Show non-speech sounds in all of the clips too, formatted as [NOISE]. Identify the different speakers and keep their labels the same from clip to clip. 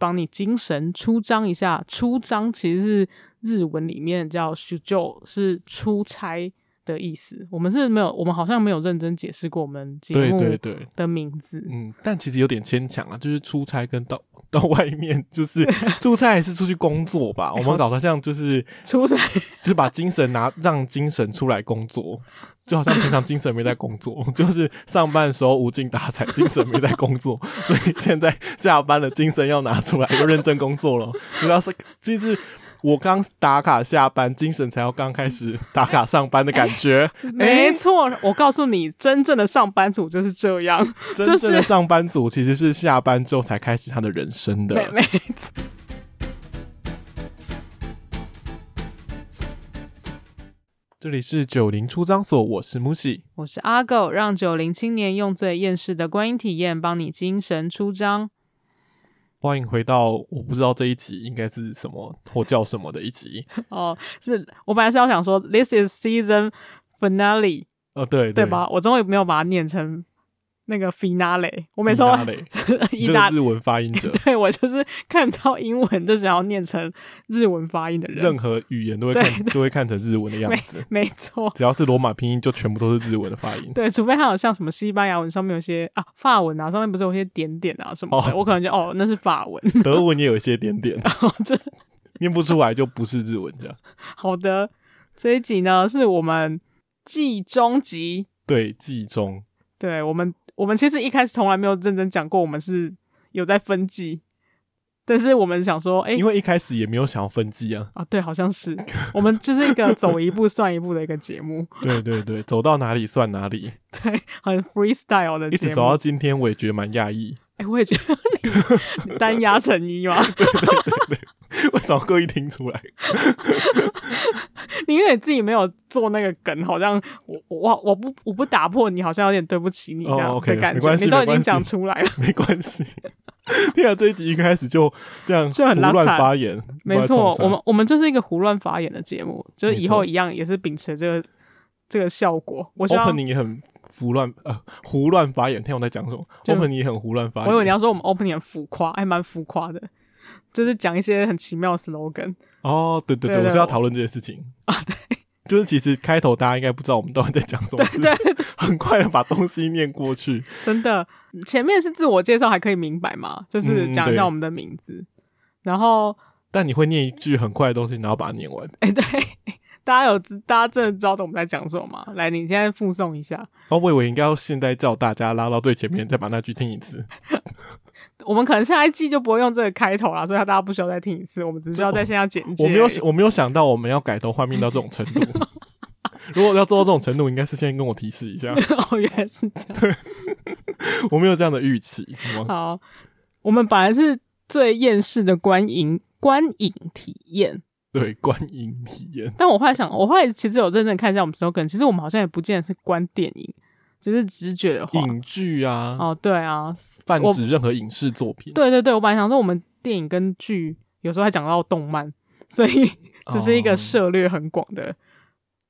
Speaker 1: 帮你精神出张一下。出张其实是日文里面叫 shujo，是出差的意思。我们是没有，我们好像没有认真解释过我们节
Speaker 2: 对
Speaker 1: 目
Speaker 2: 对对，
Speaker 1: 的名字。
Speaker 2: 嗯，但其实有点牵强啊，就是出差跟到到外面，就是
Speaker 1: [LAUGHS]
Speaker 2: 出差还是出去工作吧。我们搞得像就是
Speaker 1: 出差
Speaker 2: 就是把精神拿让精神出来工作，就好像平常精神没在工作， [LAUGHS] 就是上班的时候无精打采，精神没在工作，所以现在下班了，精神要拿出来，要认真工作了。主要是就是我刚打卡下班，精神才要刚开始打卡上班的感觉。
Speaker 1: [LAUGHS] 没错，我告诉你，真正的上班族就是这
Speaker 2: [LAUGHS]
Speaker 1: 样。
Speaker 2: 真
Speaker 1: 就是
Speaker 2: 正的上班族其实是下班之后才开始他的人生的。
Speaker 1: 没没错。
Speaker 2: 这里是九零出张所，我是木喜。
Speaker 1: 我是阿狗，让九零青年用最厌世的观影体验，帮你精神出张。
Speaker 2: 欢迎回到我不知道这一集应该是什么或叫什么的一集。
Speaker 1: 哦，是我本来是要想说，This is season finale，
Speaker 2: 呃，对
Speaker 1: 对吧？？我终于没有把它念成那个 finale，我每次都 [LAUGHS]
Speaker 2: Finale 你
Speaker 1: 意
Speaker 2: 这
Speaker 1: 大，
Speaker 2: 个日文发音者
Speaker 1: [LAUGHS] 对我就是看到英文就想要念成日文发音的人
Speaker 2: 任，何语言都会
Speaker 1: 对
Speaker 2: 看，就会看成日文的样子。
Speaker 1: [LAUGHS] 没错。
Speaker 2: 只要是罗马拼音，就全部都是日文的发音。
Speaker 1: 对，除非它有像什么西班牙文上面有一些啊，法文啊，上面不是有一些点点啊什么的，
Speaker 2: 哦
Speaker 1: 我可能就哦，那是法文。 [LAUGHS]
Speaker 2: 德文也有一些点点，
Speaker 1: 好，这
Speaker 2: 念不出来就不是日文这样。
Speaker 1: 好的，这一集呢是我们季中集，
Speaker 2: 对，记中
Speaker 1: 对我们，我们其实一开始从来没有认真讲过，我们是有在分季，但是我们想说，哎、
Speaker 2: 因为一开始也没有想要分季啊。
Speaker 1: 啊，对，好像是我们就是一个走一步算一步的一个节目，
Speaker 2: 对对对，走到哪里算
Speaker 1: [LAUGHS]
Speaker 2: 哪里，
Speaker 1: 对，很 freestyle 的
Speaker 2: [LAUGHS] 一
Speaker 1: 节
Speaker 2: 直
Speaker 1: 目。
Speaker 2: 走到今天，我也觉得蛮讶异。
Speaker 1: 哎、我也觉得你你单压成一嘛，
Speaker 2: [LAUGHS] 为什么故意听出来？
Speaker 1: [LAUGHS] 你因为你自己没有做那个梗，好像我我我不我不打破你，好像有点对不起你这
Speaker 2: 哦
Speaker 1: 样
Speaker 2: ，OK，
Speaker 1: 的感
Speaker 2: 没
Speaker 1: 觉。
Speaker 2: 关系
Speaker 1: 你都已
Speaker 2: 没关
Speaker 1: 经
Speaker 2: 系
Speaker 1: 讲出来了，
Speaker 2: 没关系。 [LAUGHS] 天啊，这一集一开始就这样
Speaker 1: 就很
Speaker 2: 胡
Speaker 1: 拉
Speaker 2: 乱
Speaker 1: 惨
Speaker 2: 发言，
Speaker 1: 没
Speaker 2: 不知道
Speaker 1: 错
Speaker 2: 在冲，啥
Speaker 1: 我们我们就是一个胡乱发言的节目，就是
Speaker 2: 没
Speaker 1: 以后
Speaker 2: 错
Speaker 1: 一样也是秉持这个这个效果。我希望
Speaker 2: opening 也很胡乱呃胡乱发言，听我在讲什么
Speaker 1: 就
Speaker 2: ？opening 也很胡乱发言。
Speaker 1: 我以为你要说我们 opening 很浮夸，还蛮浮夸的，就是讲一些很奇妙的 slogan
Speaker 2: 哦，对对
Speaker 1: 对
Speaker 2: 对，
Speaker 1: 对
Speaker 2: 我就要
Speaker 1: 我
Speaker 2: 讨论这件事情。
Speaker 1: 啊，对
Speaker 2: [LAUGHS] 就是其实开头大家应该不知道我们到底在讲什么，只是
Speaker 1: 对对，
Speaker 2: 很快的把东西念过去。
Speaker 1: 真的，前面是自我介绍还可以明白嘛，就是
Speaker 2: 嗯
Speaker 1: 讲一
Speaker 2: 对
Speaker 1: 下我们的名字，然后
Speaker 2: 但你会念一句很快的东西，然后把它
Speaker 1: [LAUGHS]
Speaker 2: 念完。
Speaker 1: 哎、对，大家有知大家真的知道我们在讲什么吗？来，你现在附送一下，
Speaker 2: 然后我以为应该要现在叫大家拉到最前面，再把那句听一次。
Speaker 1: 我们可能下一季就不会用这个开头啦，所以大家不需要再听一次，我们只需要在线上简介。
Speaker 2: 哦我没有我没有想到我们要改头换面到这种程度。如果要做到这种程度，应该是先跟我提示
Speaker 1: [LAUGHS]
Speaker 2: 一下，
Speaker 1: [LAUGHS] 哦，原来是这样。
Speaker 2: 我没有这样的预期。好吗
Speaker 1: 好，我们本来是最厌世的观影观影体验。
Speaker 2: 对，观影体验，
Speaker 1: 但我后来想，我后来其实有认真看一下我们 slogan，其实我们好像也不见得是观电影，只是直觉的话。
Speaker 2: 影剧啊，
Speaker 1: 哦，对啊，
Speaker 2: 泛
Speaker 1: 我
Speaker 2: 指任何影视作品。
Speaker 1: 对对对，我本来想说我们电影跟剧有时候还讲到动漫，所以这是一个
Speaker 2: 哦
Speaker 1: 涉猎很广的。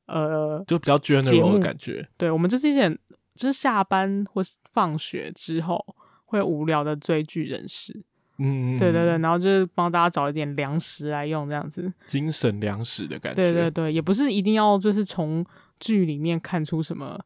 Speaker 1: 呃，
Speaker 2: 就比较
Speaker 1: 节
Speaker 2: general
Speaker 1: 目
Speaker 2: 的感觉。
Speaker 1: 对，我们就是一点，就是下班或是放学之后会无聊的追剧人士。
Speaker 2: 嗯，
Speaker 1: 对对对，，然后就是帮大家找一点粮食来用，这样子。
Speaker 2: 精神粮食的感觉。
Speaker 1: 对对对，也不是一定要就是从剧里面看出什么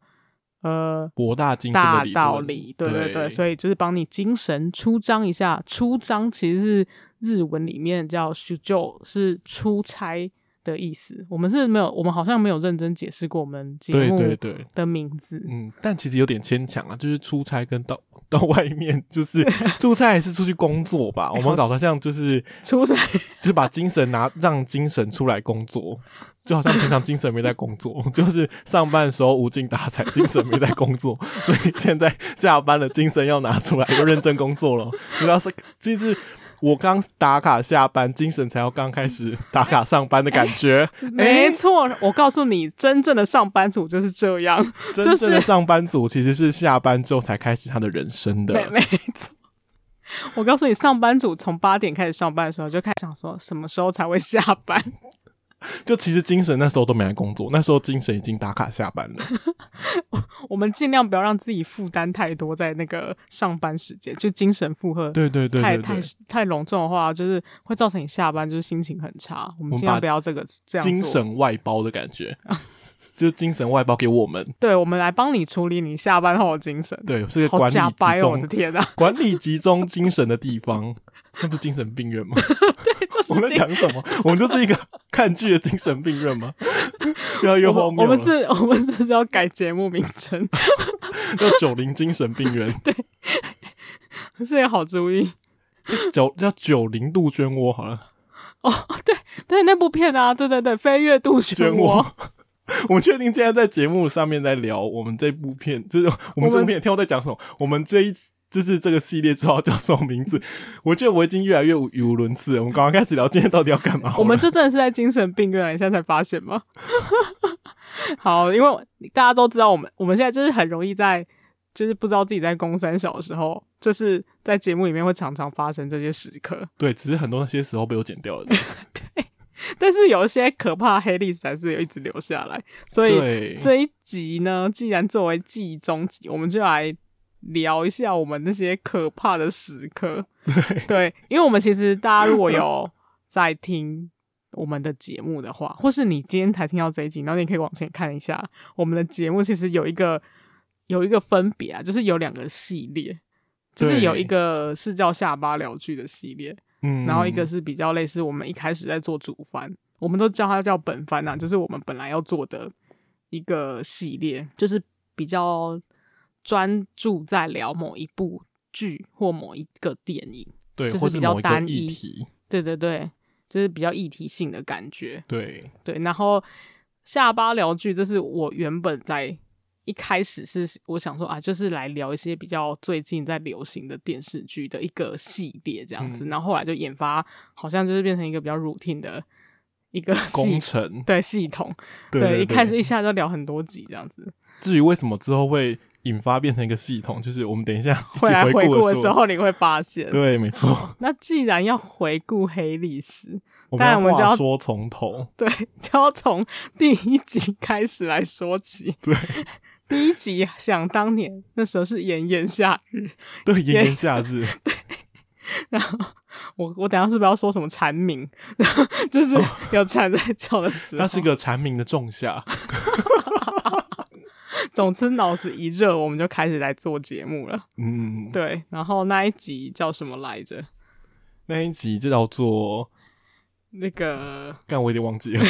Speaker 1: 呃
Speaker 2: 博大精深的
Speaker 1: 大
Speaker 2: 理论
Speaker 1: 道理，对对
Speaker 2: 对
Speaker 1: 对，所以就是帮你精神出张一下。出张其实是日文里面叫 shujo，是出差的意思。我们是没有，我们好像没有认真解释过我们节
Speaker 2: 对
Speaker 1: 目
Speaker 2: 对对，
Speaker 1: 的名字。
Speaker 2: 嗯，但其实有点牵强啊，就是出差跟到 [LAUGHS] 到外面，就是
Speaker 1: [LAUGHS]
Speaker 2: 出差还是出去工作吧。我们搞得像就是
Speaker 1: 出
Speaker 2: [LAUGHS]
Speaker 1: 差
Speaker 2: 就是把精神拿让精神出来工作，就好像平常精神没在工作， [LAUGHS] 就是上班的时候无精打采，精神没在工作， [LAUGHS] 所以现在下班了，精神要拿出来，又认真工作了。主要是就是我刚打卡下班，精神才要刚开始打卡上班的感觉。
Speaker 1: 没错，我告诉你，真正的上班族就是这样。[LAUGHS]
Speaker 2: 真
Speaker 1: 就是
Speaker 2: 正的上班族其实是下班之后才开始他的人生
Speaker 1: 没
Speaker 2: 的。
Speaker 1: 没错。我告诉你，上班族从八点开始上班的时候，就开始想说什么时候才会下班。 [LAUGHS]
Speaker 2: 就其实精神那时候都没来工作，那时候精神已经打卡下班了。
Speaker 1: 我们尽量不要让自己负担太多，在那个上班时间，就精神负荷
Speaker 2: 对对对
Speaker 1: 太
Speaker 2: 对
Speaker 1: 太
Speaker 2: 对，
Speaker 1: 太隆重的话，就是会造成你下班就是心情很差。我们
Speaker 2: 们
Speaker 1: 尽量
Speaker 2: 把
Speaker 1: 不要这个这样做。
Speaker 2: 精神外包的感觉， [LAUGHS] 就是精神外包给我们。
Speaker 1: 对，我们来帮你处理你下班后的精神。
Speaker 2: 对，是个
Speaker 1: 好
Speaker 2: 管理
Speaker 1: 假掰
Speaker 2: 集
Speaker 1: 哦！我
Speaker 2: 中、
Speaker 1: 的天
Speaker 2: [LAUGHS]
Speaker 1: 啊，
Speaker 2: 管理集中精神的地方， [LAUGHS] 那不是精神病院吗？
Speaker 1: 就是
Speaker 2: 我们在
Speaker 1: 精
Speaker 2: 讲什么？我们就是一个 [LAUGHS] 看剧的精神病院吗？ [LAUGHS] 越来越
Speaker 1: 我
Speaker 2: 荒
Speaker 1: 们
Speaker 2: 谬
Speaker 1: 我们
Speaker 2: 了
Speaker 1: 是，我们是不是要改节目名称？ [LAUGHS]
Speaker 2: 叫九零精神病院，
Speaker 1: 这个好主意。 [LAUGHS]
Speaker 2: 九叫九零杜鹃窝好了，
Speaker 1: 对，那部片啊，对对对，《飞跃杜
Speaker 2: 漩
Speaker 1: 鹃
Speaker 2: 涡
Speaker 1: 涡》。
Speaker 2: 我确定现在在节目上面在聊我们这部片，就是我们这部片，听我在讲什么？我们这一就是这个系列之后叫什么名字？我觉得我已经越来越语无伦次了。我们刚刚开始聊今天到底要干嘛好了？
Speaker 1: 我们就真的是在精神病院了，你现在才发现吗？ [LAUGHS] 好，因为大家都知道，我们我们现在就是很容易在，就是不知道自己在公三小的时候，就是在节目里面会常常发生这些时刻。
Speaker 2: 对，只是很多那些时候被我剪掉了。
Speaker 1: [LAUGHS] 但是有一些可怕的黑历史还是有一直留下来，所以
Speaker 2: 对，
Speaker 1: 这一集呢，既然作为记忆终集，我们就来聊一下我们那些可怕的时
Speaker 2: [LAUGHS]
Speaker 1: 刻。对因为我们其实大家如果有在听我们的节目的话，或是你今天才听到这一集，然后你可以往前看一下，我们的节目其实有一个有一个分别啊，就是有两个系列。就是有
Speaker 2: 对
Speaker 1: 一个是叫下巴聊剧的系列，
Speaker 2: 嗯
Speaker 1: 然后一个是比较类似我们一开始在做主番，我们都叫它叫本番啊，就是我们本来要做的一个系列，就是比较专注在聊某一部剧或某一个电影。
Speaker 2: 对，
Speaker 1: 就是
Speaker 2: 或是
Speaker 1: 比较
Speaker 2: 某一个
Speaker 1: 单
Speaker 2: 议
Speaker 1: 一
Speaker 2: 题，
Speaker 1: 对对对，就是比较议题性的感觉。
Speaker 2: 对，
Speaker 1: 对，然后下巴聊剧，这是我原本在一开始是我想说啊，就是来聊一些比较最近在流行的电视剧的一个系列这样子，
Speaker 2: 嗯
Speaker 1: 然后后来就研发，好像就是变成一个比较 routine 的一个
Speaker 2: 工
Speaker 1: 系
Speaker 2: 程，
Speaker 1: 对系统，
Speaker 2: 对对
Speaker 1: 一开始一下就聊很多集这样子，
Speaker 2: 至于为什么之后会引发变成一个系统，就是我们等
Speaker 1: [LAUGHS]
Speaker 2: 一下一起
Speaker 1: 后来啊回
Speaker 2: 顾
Speaker 1: 顾
Speaker 2: 的
Speaker 1: 的时，候你会发现，
Speaker 2: 对，没
Speaker 1: [LAUGHS]
Speaker 2: 错，
Speaker 1: 那既然要回顾黑历史，
Speaker 2: 我
Speaker 1: 当然
Speaker 2: 们
Speaker 1: 我们就
Speaker 2: 话
Speaker 1: 要
Speaker 2: 说从头，
Speaker 1: 对，就要从第一集开始来说起。
Speaker 2: [LAUGHS] 对
Speaker 1: 第一集想当年，那时候是炎炎夏日，
Speaker 2: 对，炎炎夏
Speaker 1: [LAUGHS]
Speaker 2: 日，
Speaker 1: 然后我我等一下是不是要说什么蝉鸣？ [LAUGHS] 就是有蝉在叫的时候。
Speaker 2: 哦那是个蝉鸣的仲夏，
Speaker 1: 总之脑子一热，我们就开始来做节目了。
Speaker 2: 嗯，
Speaker 1: 对，然后那一集叫什么来着？
Speaker 2: 那一集就叫做，
Speaker 1: 那个
Speaker 2: 干我有点忘
Speaker 1: [LAUGHS]
Speaker 2: 记了，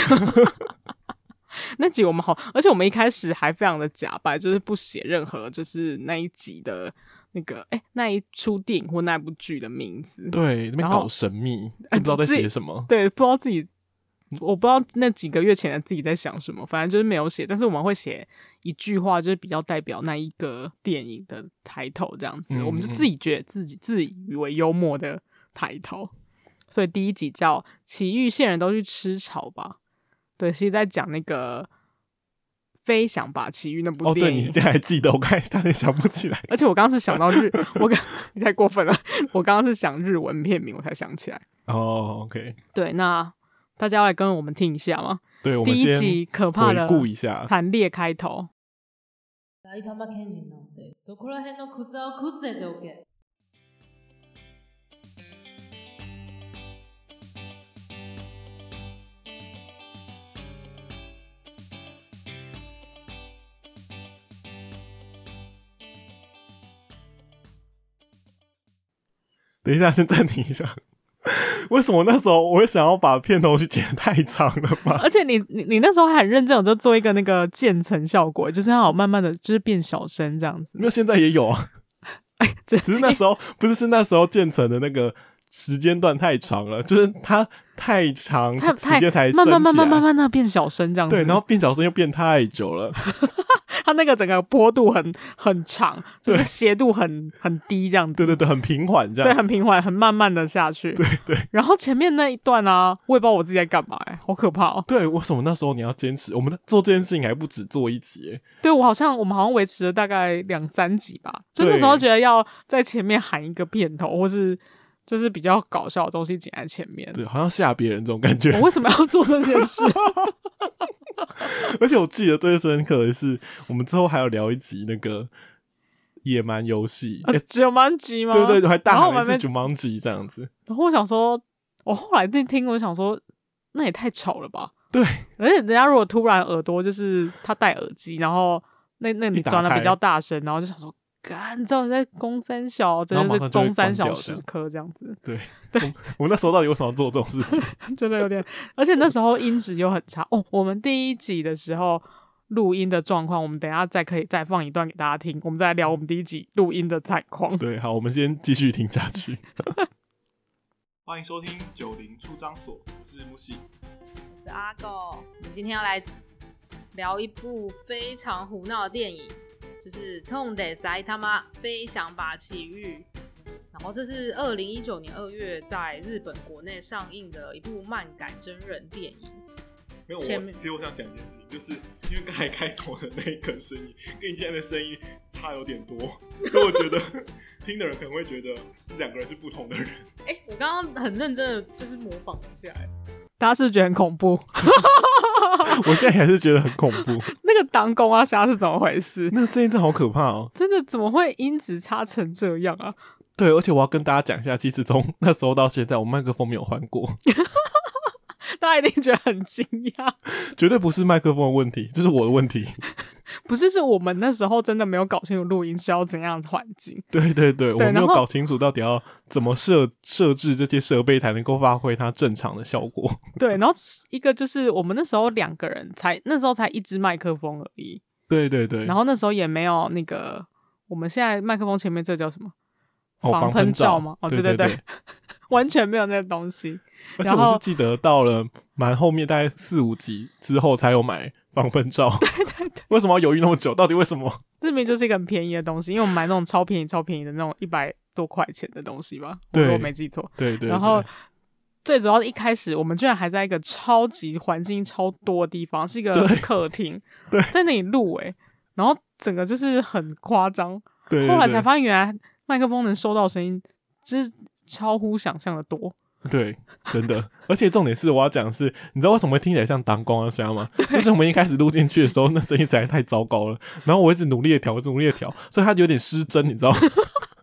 Speaker 1: 那集我们好，而且我们一开始还非常的假白，就是不写任何就是那一集的那个哎、那一出电影或那部剧的名字。
Speaker 2: 对，那边
Speaker 1: 然后啊
Speaker 2: 搞神秘，不知道在
Speaker 1: 自己
Speaker 2: 写什么，
Speaker 1: 对，不知道自己，我不知道那几个月前的自己在想什么，反正就是没有写。但是我们会写一句话，就是比较代表那一个电影的抬头这样子。
Speaker 2: 嗯
Speaker 1: 我们就
Speaker 2: 嗯
Speaker 1: 自己觉得自己自以为幽默的抬头。所以第一集叫《奇遇县人都去吃草吧》，对，是在讲那个飞想吧奇遇那部
Speaker 2: 哦，对，
Speaker 1: 电
Speaker 2: 你
Speaker 1: 影。
Speaker 2: 现在还记得，我刚才差点想不起来，
Speaker 1: 而且我刚刚是想到日，我刚你太过分了，我刚刚是想日文片名，我才想起来。
Speaker 2: 哦，OK，
Speaker 1: 对，那大家要来跟我们听一下吗？
Speaker 2: 对，我们
Speaker 1: 第一
Speaker 2: 先
Speaker 1: 集可怕
Speaker 2: 回
Speaker 1: 的
Speaker 2: 顾一下，
Speaker 1: 惨烈开头，
Speaker 3: 埼玉県人なんでそこら辺の草をくっせておけ
Speaker 2: 等一下，先暂停一下。 [LAUGHS] 为什么那时候我会想要把片头去剪得太长了
Speaker 1: [LAUGHS]
Speaker 2: 吧？
Speaker 1: 而且你你你那时候还很认真，我就做一个那个渐层效果，就是要慢慢的就是变小声这样子。
Speaker 2: 没有，现在也有啊。
Speaker 1: 哎这
Speaker 2: 只是那时候不是是那时候建成的那个时间段太长了，就是它太长，
Speaker 1: 太
Speaker 2: 时
Speaker 1: 太
Speaker 2: 间才
Speaker 1: 慢慢
Speaker 2: 升
Speaker 1: 慢
Speaker 2: 起
Speaker 1: 慢
Speaker 2: 来
Speaker 1: 慢慢的变小声这样子。
Speaker 2: 对，然后变小声又变太
Speaker 1: [LAUGHS]
Speaker 2: 久了，
Speaker 1: 它那个整个坡度很很长，就是
Speaker 2: 对
Speaker 1: 斜度很很低这样子。
Speaker 2: 对对对，很平缓这
Speaker 1: 对，
Speaker 2: 样。
Speaker 1: 很平缓，很慢慢的下去。对
Speaker 2: 对。
Speaker 1: 然后前面那一段啊，我也不知道我自己在干嘛、欸，好可怕哦、
Speaker 2: 对为什么那时候你要坚持？我们做这件事情还不止做一集欸，
Speaker 1: 对我好像我们好像维持了大概两三集吧，就那
Speaker 2: 对
Speaker 1: 时候觉得要在前面喊一个片头，或是就是比较搞笑的东西剪在前面。
Speaker 2: 对，好像吓别人这种感觉
Speaker 1: 我。为什么要做这件事？
Speaker 2: [LAUGHS] 而且我记得最深刻的是，我们之后还有聊一集那个野蛮游戏，
Speaker 1: 呃
Speaker 2: 诶
Speaker 1: 九蛮集吗？
Speaker 2: 对对，对还大
Speaker 1: 然后我
Speaker 2: 喊
Speaker 1: 们
Speaker 2: 一次
Speaker 1: 被
Speaker 2: “九芒吉”这样子。
Speaker 1: 然后我想说，我后来那听，我想说，那也太吵了吧！
Speaker 2: 对，
Speaker 1: 而且人家如果突然耳朵就是他戴耳机，然后那那
Speaker 2: 一
Speaker 1: 你
Speaker 2: 打
Speaker 1: 转的
Speaker 2: 开
Speaker 1: 比较大声，然后就想说，干，你知道你在攻三小，真
Speaker 2: 然后
Speaker 1: 的
Speaker 2: 马
Speaker 1: 是
Speaker 2: 上就会
Speaker 1: 攻三
Speaker 2: 关
Speaker 1: 小
Speaker 2: 掉这
Speaker 1: 时
Speaker 2: 样
Speaker 1: 刻这样子，
Speaker 2: 我们那时候到底为什么要做这种事情？
Speaker 1: 真的有点。而且那时候音质又很差哦。我们第一集的时候录音的状况，我们等一下再可以再放一段给大家听，我们再来聊我们第一集录音的采况。 [LAUGHS]
Speaker 2: 对，好，我们先继续听下去。 [LAUGHS] 欢迎收听九零出张所，我是木喜。
Speaker 3: 我是阿狗，我们今天要来聊一部非常胡闹的电影，就是《痛得塞他妈飞翔吧奇遇》。然后这是二零一九年二月在日本国内上映的一部漫改真人电影。
Speaker 2: 没有，
Speaker 3: 前面
Speaker 2: 我其实我想讲一件事情，就是因为刚才开头的那个声音跟你现在的声音差有点多，所以我 [LAUGHS] 觉得听的人可能会觉得这两个人是不同的人。
Speaker 3: 哎、我刚刚很认真的就是模仿一下，哎
Speaker 1: 大家是不是觉得很恐怖， [LAUGHS]
Speaker 2: 我现在还是觉得很恐怖，
Speaker 1: 那个当公啊虾是怎么回事？
Speaker 2: 那个声音真的好可怕哦。
Speaker 1: 真的怎么会音质差成这样啊？
Speaker 2: 对，而且我要跟大家讲一下，其实从 [LAUGHS] 那时候到现在，我麦克风没有换过，
Speaker 1: 大家一定觉得很惊讶，
Speaker 2: 绝对不是麦克风的问题，就是我的问题。
Speaker 1: 不是？是我们那时候真的没有搞清楚录音是要怎样的环境，
Speaker 2: 对对对，我
Speaker 1: 对
Speaker 2: 没有
Speaker 1: 然后
Speaker 2: 搞清楚到底要怎么设设置这些设备才能够发挥它正常的效果。
Speaker 1: 对。然后一个就是我们那时候两个人才，那时候才一支麦克风而已，
Speaker 2: 对对对，
Speaker 1: 然后那时候也没有那个我们现在麦克风前面这叫什么？
Speaker 2: 哦防
Speaker 1: 喷
Speaker 2: 喷罩
Speaker 1: 吗？哦，
Speaker 2: 对
Speaker 1: 对
Speaker 2: 对
Speaker 1: 对， [LAUGHS] 完全没有那个东西。 [LAUGHS]
Speaker 2: 而且
Speaker 1: 然
Speaker 2: 我是
Speaker 1: 后
Speaker 2: 记得到了蛮后面，大概四五集之后才有买防喷罩。对对对， [LAUGHS] 为什么要犹豫那么久？到底为什么？
Speaker 1: 这明明就是一个很便宜的东西，因为我们买那种超便宜、超便宜的那种一百多块钱的东西吧，我
Speaker 2: 对
Speaker 1: 如果没记错。
Speaker 2: 对对对
Speaker 1: 然后最主要的一开始，我们居然还在一个超级环境超多的地方，是一个
Speaker 2: 对
Speaker 1: 客厅，
Speaker 2: [LAUGHS] 对
Speaker 1: 在那里录诶、然后整个就是很夸张。
Speaker 2: 对对
Speaker 1: 后来才
Speaker 2: 对
Speaker 1: 发现，原来麦克风能收到声音，真是超乎想象的多。
Speaker 2: 对，真的。而且重点是，我要讲的是，你知道为什么会听起来像当光的声吗？就是我们一开始录进去的时候，那声音实在太糟糕了。然后我一直努力的调，我一直努力的调，所以它有点失真，你知道吗？ [LAUGHS]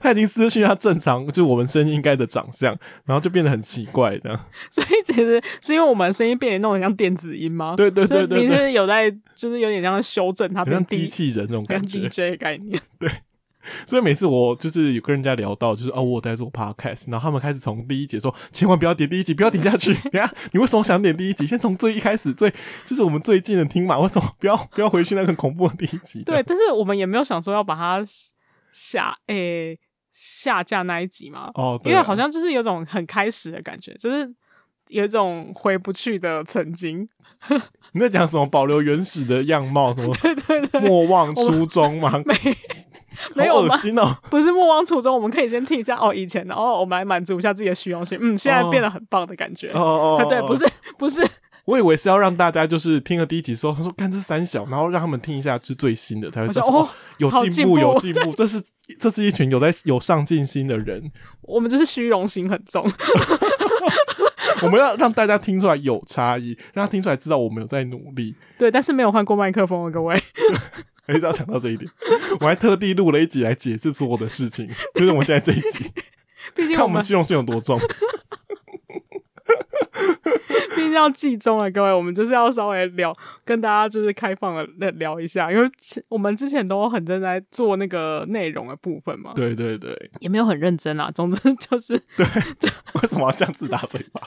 Speaker 2: 它已经失去它正常，就是我们声音应该的长相，然后就变得很奇怪这样。
Speaker 1: 所以其实是因为我们声音变得弄得像电子音吗？
Speaker 2: 对对对
Speaker 1: 所以
Speaker 2: 对
Speaker 1: 你
Speaker 2: 对，
Speaker 1: 是有在，就是有点像修正它
Speaker 2: 很
Speaker 1: 变
Speaker 2: 像
Speaker 1: 低
Speaker 2: 机，器人那种
Speaker 1: 跟
Speaker 2: 感觉。
Speaker 1: DJ 的概念。
Speaker 2: [LAUGHS] 所以每次我就是有跟人家聊到，就是哦，我有在做 podcast，然后他们开始从第一集说，千万不要点第一集，不要点下去。 [LAUGHS] 等一下你为什么想点第一集？先从最一开始最就是我们最近的听嘛，为什么不要 [LAUGHS] 不要回去那个恐怖的第一集？
Speaker 1: 对，，但是我们也没有想说要把它下诶、下架那一集嘛，
Speaker 2: 哦，
Speaker 1: 因
Speaker 2: 对啊
Speaker 1: 为好像就是有种很开始的感觉，就是有一种回不去的曾经。 [LAUGHS]
Speaker 2: 你在讲什么保留原始的样貌，什么
Speaker 1: 对对对，
Speaker 2: 莫忘初衷嘛，好
Speaker 1: 没 [LAUGHS] 没有
Speaker 2: 恶
Speaker 1: 吗？
Speaker 2: 心哦。
Speaker 1: 不是莫忘初衷，我们可以先听一下哦，以前的哦，我们来满足一下自己的虚荣心，嗯，现在变得很棒的感觉。
Speaker 2: 哦
Speaker 1: [LAUGHS]
Speaker 2: 哦
Speaker 1: 啊
Speaker 2: 哦，
Speaker 1: 对，不是不是，
Speaker 2: 我以为是要让大家就是听了第一集之后，他说哦干这三小，然后让他们听一下就是最新的，才会
Speaker 1: 我
Speaker 2: 知
Speaker 1: 说
Speaker 2: 道
Speaker 1: 哦，
Speaker 2: 有
Speaker 1: 好
Speaker 2: 进
Speaker 1: 进
Speaker 2: 步
Speaker 1: 步哦
Speaker 2: 有进步，这是这是一群有在有上进心的人，
Speaker 1: 我们就是虚荣心很重。
Speaker 2: [LAUGHS] 我们要让大家听出来有差异，让他听出来知道我们有在努力，
Speaker 1: 对，但是没有换过麦克风的啊各位， [LAUGHS]
Speaker 2: 还是要想到这一点。我还特地录了一集来解释所有的事情，就是我们现在这一
Speaker 1: [LAUGHS]
Speaker 2: 集，
Speaker 1: 毕竟
Speaker 2: 看
Speaker 1: 我
Speaker 2: 我
Speaker 1: 们
Speaker 2: 们虚荣心有
Speaker 1: [LAUGHS]
Speaker 2: 多重。
Speaker 1: 毕竟要季中了，各位，我们就是要稍微聊，跟大家就是开放的聊一下，因为其我们之前都很认真在做那个内容的部分嘛，
Speaker 2: 对对对，
Speaker 1: 也没有很认真啦。啊总之 [LAUGHS] 就是
Speaker 2: 为什么要这样自打嘴巴？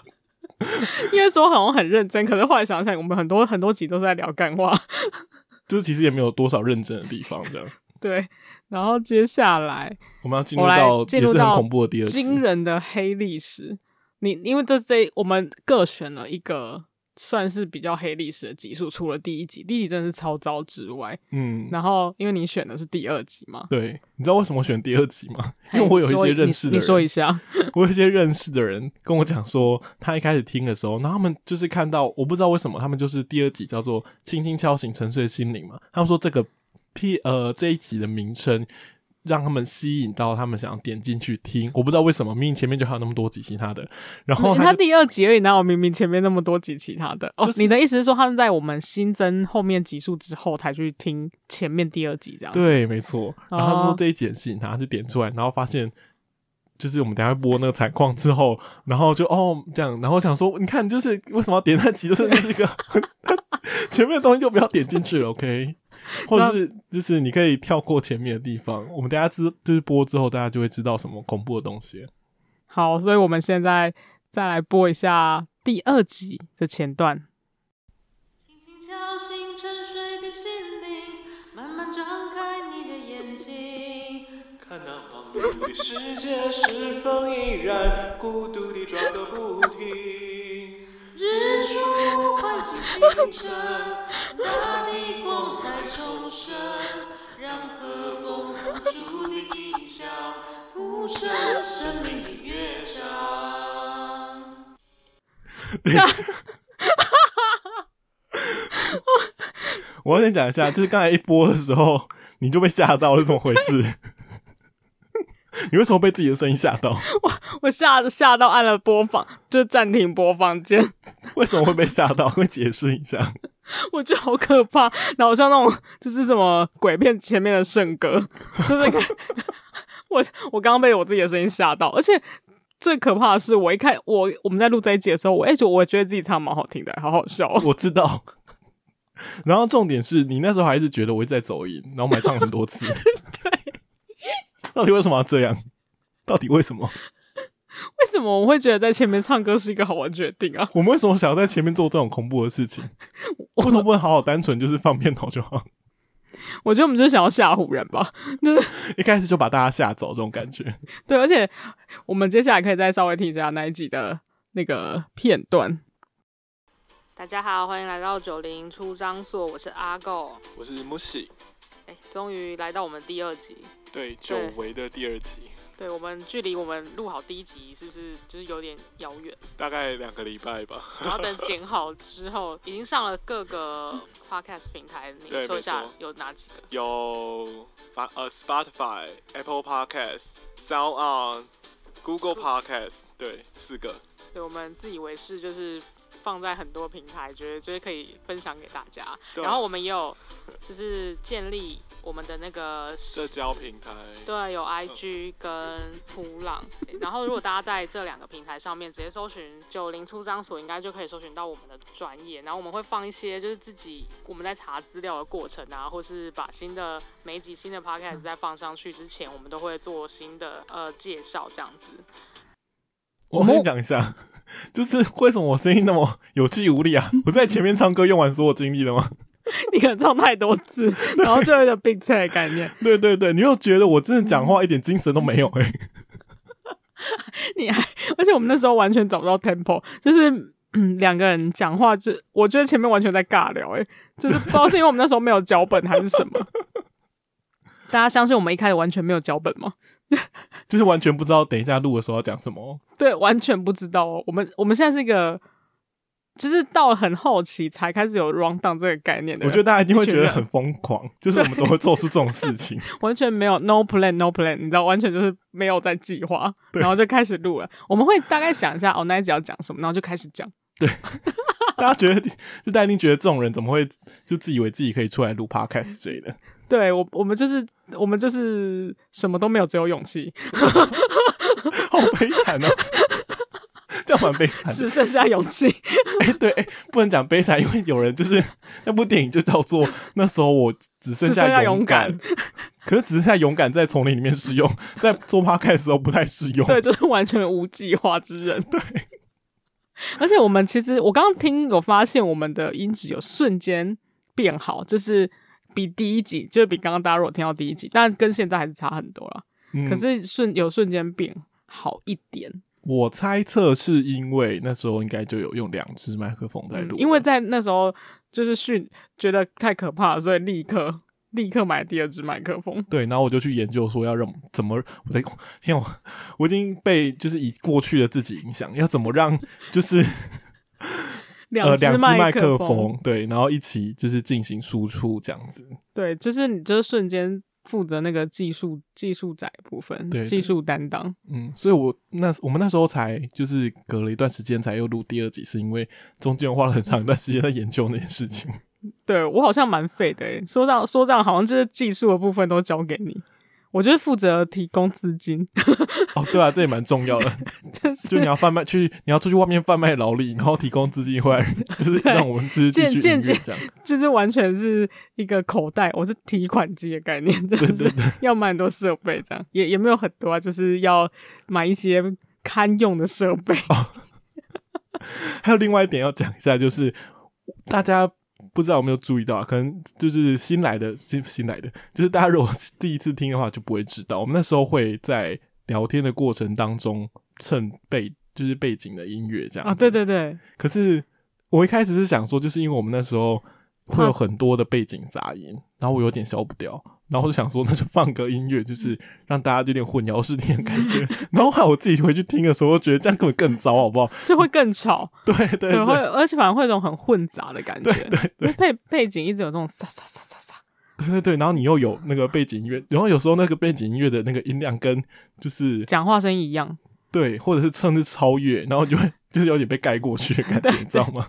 Speaker 1: 因为说好像很认真，可是后来想想，我们很多很多集都是在聊干话， [LAUGHS]
Speaker 2: 就是其实也没有多少认真的地方，这样。
Speaker 1: 对。然后接下来
Speaker 2: 我们要进入
Speaker 1: 我来
Speaker 2: 到
Speaker 1: 进
Speaker 2: 也
Speaker 1: 入
Speaker 2: 是很
Speaker 1: 到
Speaker 2: 恐怖的第二集，
Speaker 1: 惊人的黑历史，你因为这这我们各选了一个算是比较黑历史的集数，除了第一集，第一集真的是超糟之外，
Speaker 2: 嗯。
Speaker 1: 然后因为你选的是第二集嘛，
Speaker 2: 对，你知道为什么我选第二集吗？因为我有
Speaker 1: 嘿
Speaker 2: 一
Speaker 1: 你
Speaker 2: 些
Speaker 1: 说
Speaker 2: 认识的
Speaker 1: 你，
Speaker 2: 人，
Speaker 1: 你说一
Speaker 2: [LAUGHS]
Speaker 1: 下。
Speaker 2: 我有一些认识的人跟我讲说，他一开始听的时候，然后他们就是看到，我不知道为什么，他们就是第二集叫做《轻轻敲醒沉睡的心灵》嘛，他们说这个 P 呃这一集的名称让他们吸引到他们想要点进去听。我不知道为什么，明明前面就还有那么多集其他的，然
Speaker 1: 嗯
Speaker 2: 后
Speaker 1: 他
Speaker 2: 他就
Speaker 1: 第二集而已，哪有明明前面那么多集其他的？哦，
Speaker 2: 就是
Speaker 1: 你的意思是说他们在我们新增后面集数之后才去听前面第二集这样子？
Speaker 2: 对，没错。然后他
Speaker 1: 哦
Speaker 2: 说这一集很吸引他，他就点出来，然后发现。就是我们等一下播那个惨况之后，然后就哦这样，然后想说，你看，就是为什么要点那集，就是这个 [LAUGHS] 前面的东西就不要点进去了，OK？或者是就是你可以跳过前面的地方，我们等一下知就是播之后，大家就会知道什么恐怖的东西了。
Speaker 1: 好，所以我们现在再来播一下第二集的前段。
Speaker 4: 轻轻敲醒沉睡的心灵，慢慢张开你的眼睛。
Speaker 5: 看那忙碌的世界是否依然孤独地转个不停？
Speaker 4: 日出唤醒清晨，大地光彩重生，让和风无助的音响谱成生命的乐章。
Speaker 2: [LAUGHS] 我要先讲一下，就是刚才一播的时候，你就被吓到了，是怎么回事？你为什么被自己的声音吓到？
Speaker 1: 我吓吓到按了播放，就暂停播放键， [LAUGHS]
Speaker 2: 为什么会被吓到？会解释一下？
Speaker 1: 我觉得好可怕。然后像那种就是什么鬼片前面的圣歌，就是那个 [LAUGHS] 我我刚刚被我自己的声音吓到，而且最可怕的是，我一开我我们在录这一集的时候，我哎、就我觉得自己唱得蛮好听的，好好笑哦。 [LAUGHS]
Speaker 2: 我知道。然后重点是你那时候还是觉得我一直在走音，然后我们还唱很多次。到底为什么要这样？到底为什么？
Speaker 1: 为什么我会觉得在前面唱歌是一个好的决定啊？ [LAUGHS]
Speaker 2: 我们为什么想要在前面做这种恐怖的事情？为什么不能好好单纯就是放片头就好？
Speaker 1: 我觉得我们就是想要吓唬人吧，就是
Speaker 2: 一开始就把大家吓走，这种感觉。
Speaker 1: 对，而且我们接下来可以再稍微听一下那一集的那个片段。
Speaker 3: 大家好，欢迎来到九零出张所，我是阿狗。
Speaker 5: 我是 Musi，
Speaker 3: 哎、终于来到我们第二集，
Speaker 5: 对久违的第二集，
Speaker 3: 对我们距离我们录好第一集是不是就是有点遥远？
Speaker 5: 大概两个礼拜吧。
Speaker 3: 然后等剪好之后，已经上了各个 podcast 平台，你
Speaker 5: 对
Speaker 3: 说一下
Speaker 5: 没错
Speaker 3: 有哪几个？
Speaker 5: 有发呃 Spotify、Apple Podcast、Sound On、Google Podcast，对，四个。
Speaker 3: 对我们自以为是，就是放在很多平台，觉得就是可以分享给大家。
Speaker 5: 对啊
Speaker 3: 然后我们也有就是建立我们的那个
Speaker 5: 社交平台，
Speaker 3: 对，有 IG 跟扑浪。然后如果大家在这两个平台上面直接搜寻“九零出张所”，应该就可以搜寻到我们的专业。然后我们会放一些就是自己我们在查资料的过程啊，或是把新的每一集新的 podcast 在放上去之前，我们都会做新的呃介绍这样子。
Speaker 2: 我跟你讲一下， [LAUGHS] 就是为什么我声音那么有气无力啊？我在前面唱歌用完所有精力了吗？ [LAUGHS]
Speaker 1: 你可能唱太多次，然后就有点病菜的概念。
Speaker 2: 对对对，你又觉得我真的讲话一点精神都没有哎、
Speaker 1: 你还，而且我们那时候完全找不到 tempo，就是嗯两个人讲话就，我觉得前面完全在尬聊、欸，就是不知道是因为我们那时候没有脚本还是什么。大家相信我们一开始完全没有脚本吗？
Speaker 2: [LAUGHS] 就是完全不知道等一下录的时候要讲什么。哦
Speaker 1: 对，完全不知道哦。我们我们现在是一个，就是到了很后期才开始有 round down 这个概念的人。
Speaker 2: 我觉得大家一定会觉
Speaker 1: 一
Speaker 2: 得
Speaker 1: 群人
Speaker 2: 很疯
Speaker 1: [LAUGHS]
Speaker 2: 狂，就是我们怎么会做出这种事情？
Speaker 1: 完全没有 no plan no plan，你知道，完全就是没有在计划，
Speaker 2: 对
Speaker 1: 然后就开始录了。我们会大概想一下哦，那一集要讲什么，然后就开始讲。
Speaker 2: 大家觉得，就大家一定觉得这种人怎么会就自以为自己可以出来录 podcast 之类的？
Speaker 1: 对我，我们就是我们就是什么都没有，只有勇气，
Speaker 2: 好悲惨哦、 [LAUGHS] 这样蛮悲惨的。
Speaker 1: 只剩下勇气。
Speaker 2: 哎、对、哎，不能讲悲惨，因为有人就是那部电影就叫做《那时候我只
Speaker 1: 只
Speaker 2: 剩
Speaker 1: 剩下
Speaker 2: 下
Speaker 1: 勇
Speaker 2: 敢》
Speaker 1: 敢
Speaker 2: [LAUGHS] 可是只剩下勇敢在丛林里面适用，在做 podcast 的时候不太适用。
Speaker 1: 对，就是完全无计划之人。对，而且我们其实我刚刚听有发现，我们的音质有瞬间变好，就是比第一集，就是比刚刚大家如果听到第一集，但跟现在还是差很多了。
Speaker 2: 嗯
Speaker 1: 可是瞬有瞬间变好一点，
Speaker 2: 我猜测是因为那时候应该就有用两只麦克风在
Speaker 1: 嗯
Speaker 2: 录了、
Speaker 1: 因为在那时候就是训觉得太可怕了，所以立刻立刻买第二支麦克风。
Speaker 2: 对，然后我就去研究说要让怎么，我在 [LAUGHS] 天啊，我我已经被就是以过去的自己影响，要怎么让就是
Speaker 1: [LAUGHS]
Speaker 2: 呃两
Speaker 1: 支
Speaker 2: 只麦克
Speaker 1: 风，
Speaker 2: 风对，然后一起就是进行输出这样子。
Speaker 1: 对，就是你就是瞬间负责那个技术技术宅部分，
Speaker 2: 对
Speaker 1: 技术担当。
Speaker 2: 嗯，所以我那我们那时候才就是隔了一段时间才又录第二集，是因为中间花了很长一段时间在研究那件事情。
Speaker 1: 对我好像蛮废的、欸，说到说这样，好像就是技术的部分都交给你，我就是负责提供资金， [LAUGHS]
Speaker 2: 哦，对啊，这也蛮重要的，
Speaker 1: 就是
Speaker 2: 就你要贩卖去，你要出去外面贩卖劳力，然后提供资金回来，
Speaker 1: [LAUGHS]
Speaker 2: 就是让我们就是继
Speaker 1: 间
Speaker 2: 续
Speaker 1: 间
Speaker 2: 营
Speaker 1: 接
Speaker 2: 运这样。
Speaker 1: 就是完全是一个口袋，我是提款机的概念， [LAUGHS] 就
Speaker 2: 对
Speaker 1: 是
Speaker 2: 对
Speaker 1: 要买很多设备，这样也也没有很多啊，就是要买一些堪用的设备。
Speaker 2: 哦还有另外一点要讲一下，就是大家不知道有没有注意到啊，可能就是新来的新新来的，就是大家如果是第一次听的话就不会知道，我们那时候会在聊天的过程当中衬背就是背景的音乐这样
Speaker 1: 啊，
Speaker 2: 子
Speaker 1: 对。对对，
Speaker 2: 可是我一开始是想说，就是因为我们那时候会有很多的背景杂音，然后我有点消不掉，然后我就想说，那就放个音乐，就是让大家有点混淆视听的感
Speaker 1: [LAUGHS]
Speaker 2: 觉。然后后来我自己回去听的时候，我觉得这样根本更糟，好不好？
Speaker 1: 就会更吵，
Speaker 2: [LAUGHS] 对对对
Speaker 1: 对，会而且反而会有一种很混杂的感觉，
Speaker 2: 对对
Speaker 1: 因为配背景一直有这种沙沙沙沙沙，
Speaker 2: 对 [LAUGHS] 对对，然后你又有那个背景音乐，然后有时候那个背景音乐的那个音量跟就是
Speaker 1: 讲话声音一样，
Speaker 2: 对，或者是甚至超越，然后就会就是有点被盖过去的感觉，你知道
Speaker 1: [LAUGHS]
Speaker 2: 吗？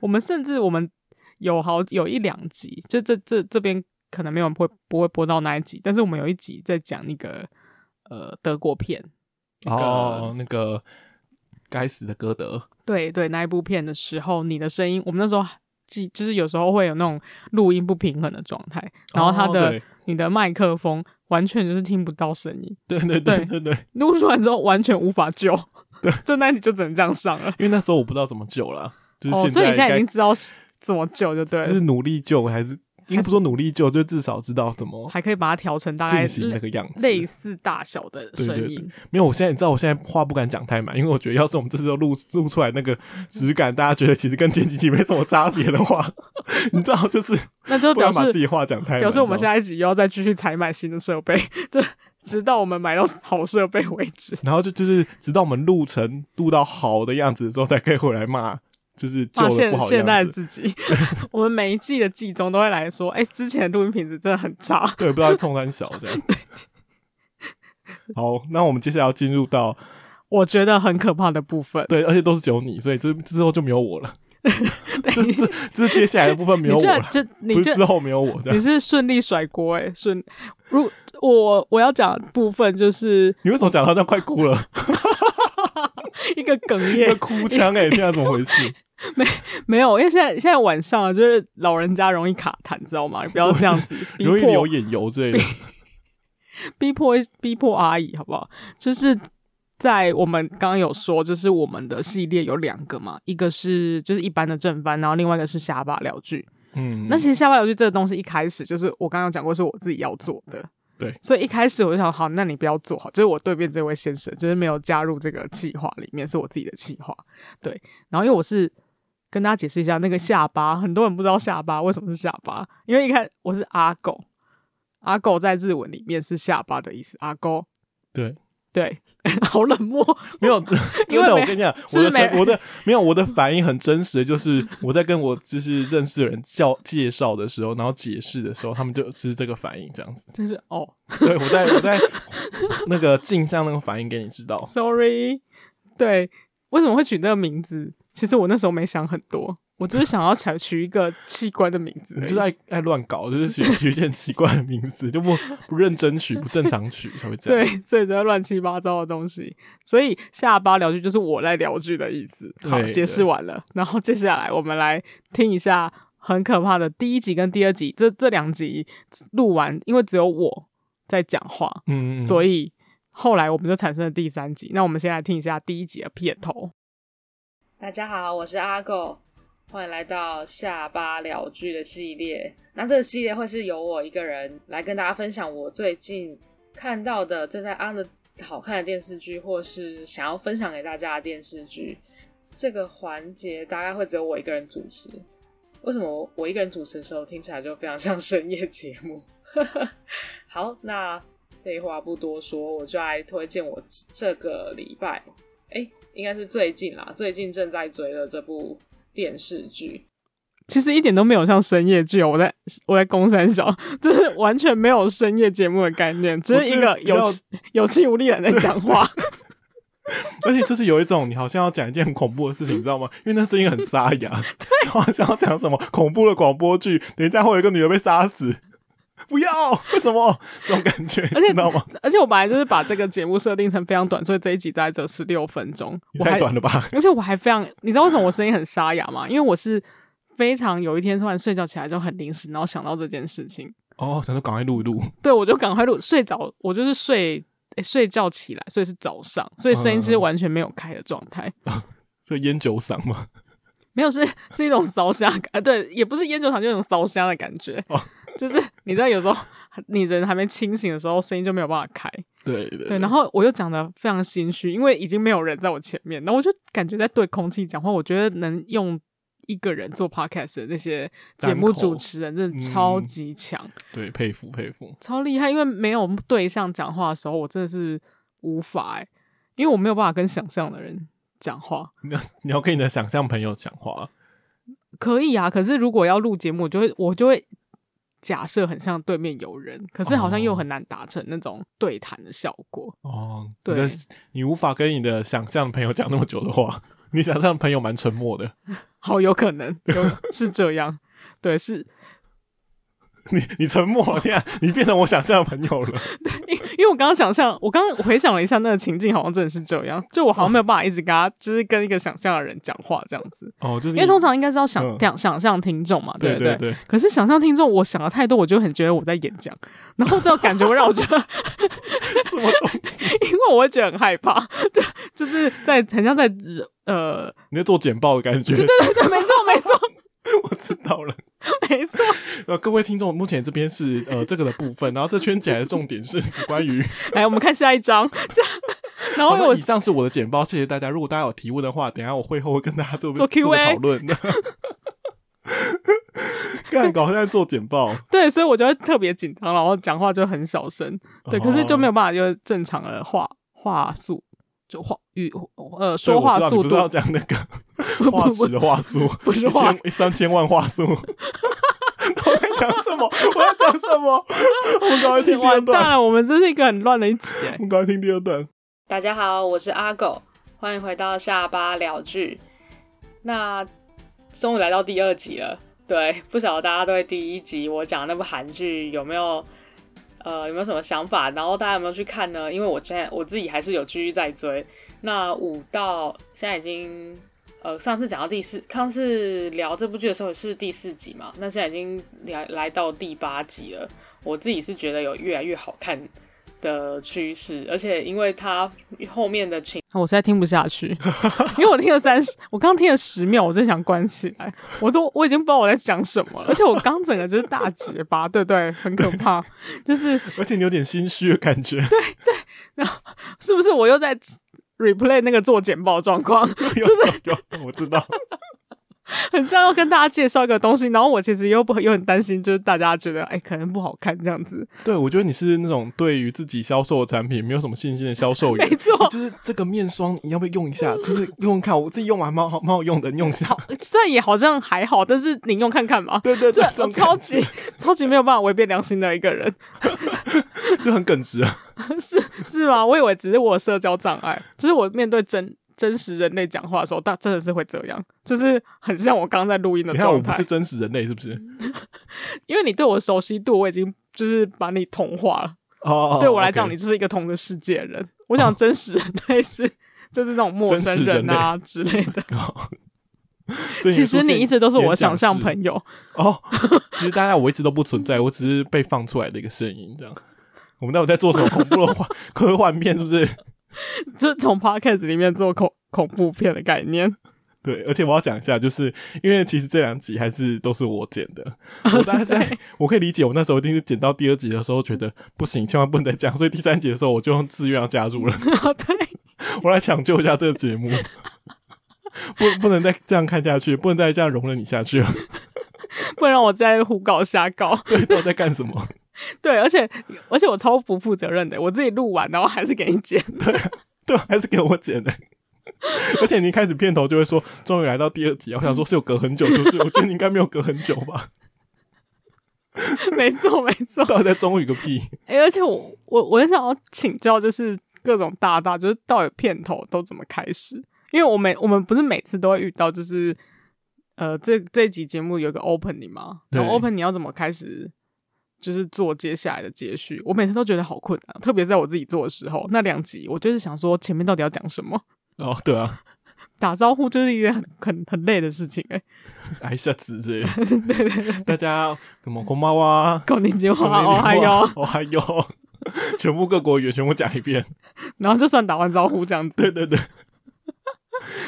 Speaker 1: 我们甚至我们有好有一两集，就这这这边可能没有人会不会播到那一集，但是我们有一集在讲那个呃德国片，那个
Speaker 2: 哦，那个该死的歌德，
Speaker 1: 对对那一部片的时候，你的声音，我们那时候记就是有时候会有那种录音不平衡的状态，然后它
Speaker 2: 哦
Speaker 1: 的、
Speaker 2: 对
Speaker 1: 你的麦克风完全就是听不到声音，
Speaker 2: 对对对对对，
Speaker 1: 录出来之后完全无法救，对， [LAUGHS] 就那你就只能这样上了。
Speaker 2: 因为那时候我不知道怎么救啦，就是
Speaker 1: 哦，
Speaker 2: 现
Speaker 1: 所以你现在已
Speaker 2: 该
Speaker 1: 经知道是怎么救就对
Speaker 2: 只是
Speaker 1: 了，
Speaker 2: 努力救还是。应该不说努力救，就至少知道怎么
Speaker 1: 还可以把它调成大概
Speaker 2: 进行那个样子。
Speaker 1: 类似大小的
Speaker 2: 对对
Speaker 1: 声
Speaker 2: 对
Speaker 1: 音。
Speaker 2: 没有，我现在你知道，我现在话不敢讲太满，因为我觉得要是我们这次都录录出来那个质感，大家觉得其实跟前几集没什么差别的话， [LAUGHS] 你知道，就是
Speaker 1: 那就
Speaker 2: 不
Speaker 1: 表
Speaker 2: 敢把
Speaker 1: 示
Speaker 2: 自己话讲太满。
Speaker 1: 表示我们
Speaker 2: 你知道
Speaker 1: 下一集又要再继续采买新的设备， [LAUGHS] 这直到我们买到好设备为止。
Speaker 2: 然后就就是直到我们录成录到好的样子的时候，才可以回来骂，就是旧
Speaker 1: 骂
Speaker 2: 的不
Speaker 1: 现
Speaker 2: 好
Speaker 1: 现
Speaker 2: 的
Speaker 1: 在
Speaker 2: 样
Speaker 1: 的
Speaker 2: 子。
Speaker 1: 自己， [LAUGHS] 我们每一季的季中都会来说，哎、之前的录音品质真的很差。
Speaker 2: 对，不知道冲三小
Speaker 1: [LAUGHS]
Speaker 2: 这样。好，那我们接下来要进入到
Speaker 1: 我觉得很可怕的部分，
Speaker 2: 对，而且都是只有你，所以这之后就没有
Speaker 1: [LAUGHS]
Speaker 2: 我了。这这这接下来的部分
Speaker 1: 你
Speaker 2: 没有我
Speaker 1: 居然
Speaker 2: 了，
Speaker 1: 就
Speaker 2: 不
Speaker 1: 你就是
Speaker 2: 之后没有我这
Speaker 1: 你
Speaker 2: 样。
Speaker 1: 是顺利甩锅哎、顺如我我要讲的部分就是
Speaker 2: 你为什么讲到这样快哭了？
Speaker 1: 一个哽
Speaker 2: [LAUGHS] 一
Speaker 1: 咽
Speaker 2: 个，哭腔
Speaker 1: [LAUGHS]
Speaker 2: 哎、欸，现在怎么回事？
Speaker 1: 没有，因为现在现在晚上啊，就是老人家容易卡痰，知道吗？你不要这样子逼
Speaker 2: 容易流
Speaker 1: 迫
Speaker 2: 眼油之类的。
Speaker 1: 逼迫逼迫阿姨，好不好？就是在我们刚刚有说，就是我们的系列有两个嘛，一个是就是一般的正番，然后另外一个是下巴疗剧。
Speaker 2: 嗯，
Speaker 1: 那其实下巴疗剧这个东西一开始就是我刚刚有讲过，是我自己要做的。
Speaker 2: 对
Speaker 1: 所以一开始我就想，好，那你不要做好，就是我对面这位先生，就是没有加入这个企划里面，是我自己的企划。对，然后因为我是跟大家解释一下，那个下巴，很多人不知道下巴为什么是下巴，因为一看我是阿狗，阿狗在日文里面是下巴的意思，阿狗。
Speaker 2: 对，
Speaker 1: 对， [LAUGHS] 好冷漠，[LAUGHS]
Speaker 2: 没有，真的，
Speaker 1: 没
Speaker 2: 我跟你讲，
Speaker 1: 是
Speaker 2: 我
Speaker 1: 不是没
Speaker 2: 的成
Speaker 1: 人
Speaker 2: 我的没有我的反应很真实，就是我在跟我就是认识的人叫介绍的时候，然后解释的时候，他们就是这个反应这样
Speaker 1: [LAUGHS]
Speaker 2: 子。
Speaker 1: 真是哦
Speaker 2: 对我在我在那个镜像那个反应给你知道，
Speaker 1: ，sorry。对，为什么会取那个名字？其实我那时候没想很多，我就是想要采取一个器官的名字而
Speaker 2: 你
Speaker 1: 已，
Speaker 2: 就是爱爱乱搞，就是取取一些很奇怪的名字，就不不认真取，不正常取才会这样。
Speaker 1: 对，所以才乱七八糟的东西。所以下巴聊剧就是我在聊剧的意思。好，
Speaker 2: 对
Speaker 1: 解释完了，然后接下来我们来听一下很可怕的第一集跟第二集，这这两集录完，因为只有我在讲话，
Speaker 2: 嗯，
Speaker 1: 所
Speaker 2: 以
Speaker 1: 以后来我们就产生了第三集。那我们先来听一下第一集的片头。
Speaker 6: 大家好，我是阿狗，欢迎来到下巴聊剧的系列。那这个系列会是由我一个人来跟大家分享我最近看到的、正在安的好看的电视剧，或是想要分享给大家的电视剧。这个环节大概会只有我一个人主持。为什么我一个人主持的时候听起来就非常像深夜节目？ [LAUGHS] 好，那废话不多说，我就来推荐我这个礼拜哎、应该是最近啦，最近正在追的这部电视剧。
Speaker 1: 其实一点都没有像深夜剧哦，我在我在公山小，就是完全没有深夜节目的概念，只是一个有
Speaker 2: 我觉得
Speaker 1: 气有气无力的人在讲
Speaker 2: [LAUGHS]
Speaker 1: 话。 [LAUGHS]
Speaker 2: 而且就是有一种你好像要讲一件很恐怖的事情，你知道吗？因为那声音很沙哑，对，好像要讲什么恐怖的广播剧，等一下会有一个女的被杀死，不要，为什么这种感觉，
Speaker 1: 而且
Speaker 2: 你知道吗？
Speaker 1: 而且我本来就是把这个节目设定成非常短，所以这一集大概只有十六分钟。
Speaker 2: 也
Speaker 1: 我还
Speaker 2: 太短了吧？
Speaker 1: 而且我还非常，你知道为什么我声音很沙哑吗？因为我是非常有一天突然睡觉起来就很临时，然后想到这件事情，
Speaker 2: 哦，想说赶快录一录，
Speaker 1: 对我就赶快录睡着，我就是睡、诶睡觉起来，所以是早上，所以声
Speaker 2: 嗯
Speaker 1: 音是完全没有开的状态，
Speaker 2: 这烟酒嗓嘛，
Speaker 1: 没有是是一种烧香感，呃，对，也不是烟酒厂，就有一种烧香的感觉，
Speaker 2: 哦
Speaker 1: [LAUGHS] 就是你知道有时候你人还没清醒的时候，声音就没有办法开，
Speaker 2: 对对
Speaker 1: 对，然后我又讲的非常心虚，因为已经没有人在我前面，然后我就感觉在对空气讲话。我觉得能用一个人做 podcast 的那些节目主持人，真的
Speaker 2: 嗯
Speaker 1: 超级强、
Speaker 2: 对，佩服佩服，
Speaker 1: 超厉害。因为没有对象讲话的时候，我真的是无法、欸，因为我没有办法跟想象的人讲话。
Speaker 2: 你要你要跟你的想象朋友讲话，
Speaker 1: 可以啊，可是如果要录节目，我就会我就会假设很像对面有人，可是好像又很难达成那种对谈的效果。
Speaker 2: [LAUGHS] 哦，
Speaker 1: 对
Speaker 2: 你的你无法跟你的想象朋友讲那么久的话，你想象朋友蛮沉默的，
Speaker 1: 好，有可能有是这样，对，是
Speaker 2: 你你沉默了，天啊，你变成我想象的朋友了，
Speaker 1: 因因为我刚刚想象，我刚刚回想了一下那个情境，好像真的是这样，就我好像没有办法一直跟他，就是跟一个想象的人讲话这样子，
Speaker 2: 哦，就是
Speaker 1: 因为通常应该是要想
Speaker 2: 嗯
Speaker 1: 想、想象听众嘛，
Speaker 2: 对
Speaker 1: 不
Speaker 2: 对
Speaker 1: 对
Speaker 2: 对，
Speaker 1: 可是想象听众，我想的太多，我就很觉得我在演讲，然后这种感觉会让我觉得， [LAUGHS]
Speaker 2: 什么东西？
Speaker 1: 因为我会觉得很害怕， [LAUGHS] 就就是在很像在呃，
Speaker 2: 你在做简报的感觉，
Speaker 1: 对对，没错没错
Speaker 2: [LAUGHS] 我知道了。
Speaker 1: 没错，
Speaker 2: 呃，各位听众，目前这边是呃这个的部分，然后这圈起来的重点是 [LAUGHS] 关于。
Speaker 1: 来我们看下一章，下， [LAUGHS] 然后
Speaker 2: 好
Speaker 1: 因为
Speaker 2: 的，
Speaker 1: 我
Speaker 2: 以上是我的简报，谢谢大家。如果大家有提问的话，等一下我会后会跟大家做
Speaker 1: 做
Speaker 2: 个
Speaker 1: Q&A
Speaker 2: 讨论 [LAUGHS] 的。干搞现在做简报，
Speaker 1: 对，所以我就会特别紧张，然后讲话就很小声，对，
Speaker 2: 哦
Speaker 1: 可是就没有办法就是正常的话话速，就话语呃
Speaker 2: 对
Speaker 1: 说话
Speaker 2: 我知道
Speaker 1: 速
Speaker 2: 你不是
Speaker 1: 度，
Speaker 2: 要讲那个
Speaker 1: [LAUGHS]
Speaker 2: 画质的话术，
Speaker 1: 不是
Speaker 2: 一
Speaker 1: 话
Speaker 2: 千三千万话术。 [LAUGHS] 我在讲什么？我在讲什么？我们赶快听第二
Speaker 1: 完蛋
Speaker 2: 段，
Speaker 1: 了，我们这是一个很乱的一集
Speaker 2: 我
Speaker 1: 哎，
Speaker 2: 们赶快听第二段。
Speaker 6: 大家好，我是阿狗，欢迎回到下巴聊剧。那终于来到第二集了，对，不晓得大家对第一集我讲的那部韩剧有没有呃有没有什么想法，然后大家有没有去看呢？因为我现在我自己还是有继续在追。那五到现在已经呃上次讲到第四，上次聊这部剧的时候是第四集嘛，那现在已经来来到第八集了。我自己是觉得有越来越好看的趋势，而且因为它后面的情，
Speaker 1: 哦我实在听不下去，因为我听了三十，我刚听了十秒，我就想关起来，我都我已经不知道我在讲什么了，而且我刚整个就是大结巴，对对，很可怕，就是
Speaker 2: 而且你有点心虚的感觉，
Speaker 1: 是不是我又在 replay 那个做简报状况， [LAUGHS]
Speaker 2: 有有有，我知道。
Speaker 1: 很像要跟大家介绍一个东西，然后我其实又不又很担心，就是大家觉得哎、可能不好看这样子。
Speaker 2: [LAUGHS] 对，我觉得你是那种对于自己销售的产品没有什么信心的销售员，
Speaker 1: 没错
Speaker 2: 你就是这个面霜你要不要用一下？就是用用看，我自己用完蛮好蛮好用的，你用一下。
Speaker 1: 虽然也好像还好，但是你用看看吧。
Speaker 2: 对对
Speaker 1: 这
Speaker 2: 对， [LAUGHS] 这
Speaker 1: 我
Speaker 2: 种
Speaker 1: 超
Speaker 2: 感觉
Speaker 1: 级超级没有办法违背良心的一个人， [LAUGHS]
Speaker 2: 就很耿直啊。
Speaker 1: 是是吗？我以为只是我有社交障碍，就是我面对真真实人类讲话的时候，但真的是会这样，就是很像我刚刚在录音的
Speaker 2: 你看我
Speaker 1: 状
Speaker 2: 不
Speaker 1: 态嗯
Speaker 2: 是。真实人类是不是？
Speaker 1: 因为你对我的熟悉度，我已经就是把你同化了。
Speaker 2: 哦，
Speaker 1: 对我来讲，
Speaker 2: OK 哦
Speaker 1: 你就是一个同个世界的人。我想真实人类是、就是那种陌
Speaker 2: 真
Speaker 1: 生
Speaker 2: 实人
Speaker 1: 人啊之类的。
Speaker 2: 所以
Speaker 1: 其实
Speaker 2: 出
Speaker 1: 你
Speaker 2: 现
Speaker 1: 一直都是我的想象
Speaker 2: 演讲
Speaker 1: 朋友，
Speaker 2: 室哦。其实大家我一直都不存在，我只是被放出来的一个声音这样。我们到底在做什么恐怖的幻 [LAUGHS] 科幻片？是不是？
Speaker 1: 就是从 podcast 里面做恐恐怖片的概念。 [LAUGHS]
Speaker 2: 对，而且我要讲一下，就是因为其实这两集还是都是我剪的，我大概在 [LAUGHS] 我可以理解，我那时候一定是剪到第二集的时候觉得不行，千万不能再讲，所以第三集的时候我就用自愿要加入了，
Speaker 1: 对，
Speaker 2: 我来抢救一下这个节目， [LAUGHS] 不不能再这样看下去，不能再这样容忍你下去了，
Speaker 1: 不然我在胡搞瞎搞。
Speaker 2: 对，到底在干什么？
Speaker 1: 对，而且而且我超不负责任的，我自己录完然后还是给你剪。
Speaker 2: 对，还是给我剪的。而且你一开始片头就会说终于来到第二集啊，我想说是有隔很久，是不是？我觉得你应该没有隔很久吧？
Speaker 1: [LAUGHS] 没错没错。
Speaker 2: 到底在终于个屁？
Speaker 1: 哎、而且我我我很想要请教，就是各种大大，就是到底片头都怎么开始？因为我每我们不是每次都会遇到，就是呃，这这一集节目有一个 opening 嘛，然后
Speaker 2: 对
Speaker 1: opening 要怎么开始，就是做接下来的接续，我每次都觉得好困难，特别是在我自己做的时候，那两集我就是想说前面到底要讲什么，
Speaker 2: 哦，对啊，
Speaker 1: 打招呼就是一件很很很累的事情、欸，
Speaker 2: 挨下子之类的。对对，大家什么红猫啊？
Speaker 1: [LAUGHS] 搞定结婚
Speaker 2: こんにち
Speaker 1: 哦
Speaker 2: は
Speaker 1: 还有，
Speaker 2: 哦还有， [LAUGHS] 全部各国语言全部讲一遍。 [LAUGHS]
Speaker 1: 然后就算打完招呼这样子，
Speaker 2: 对对对。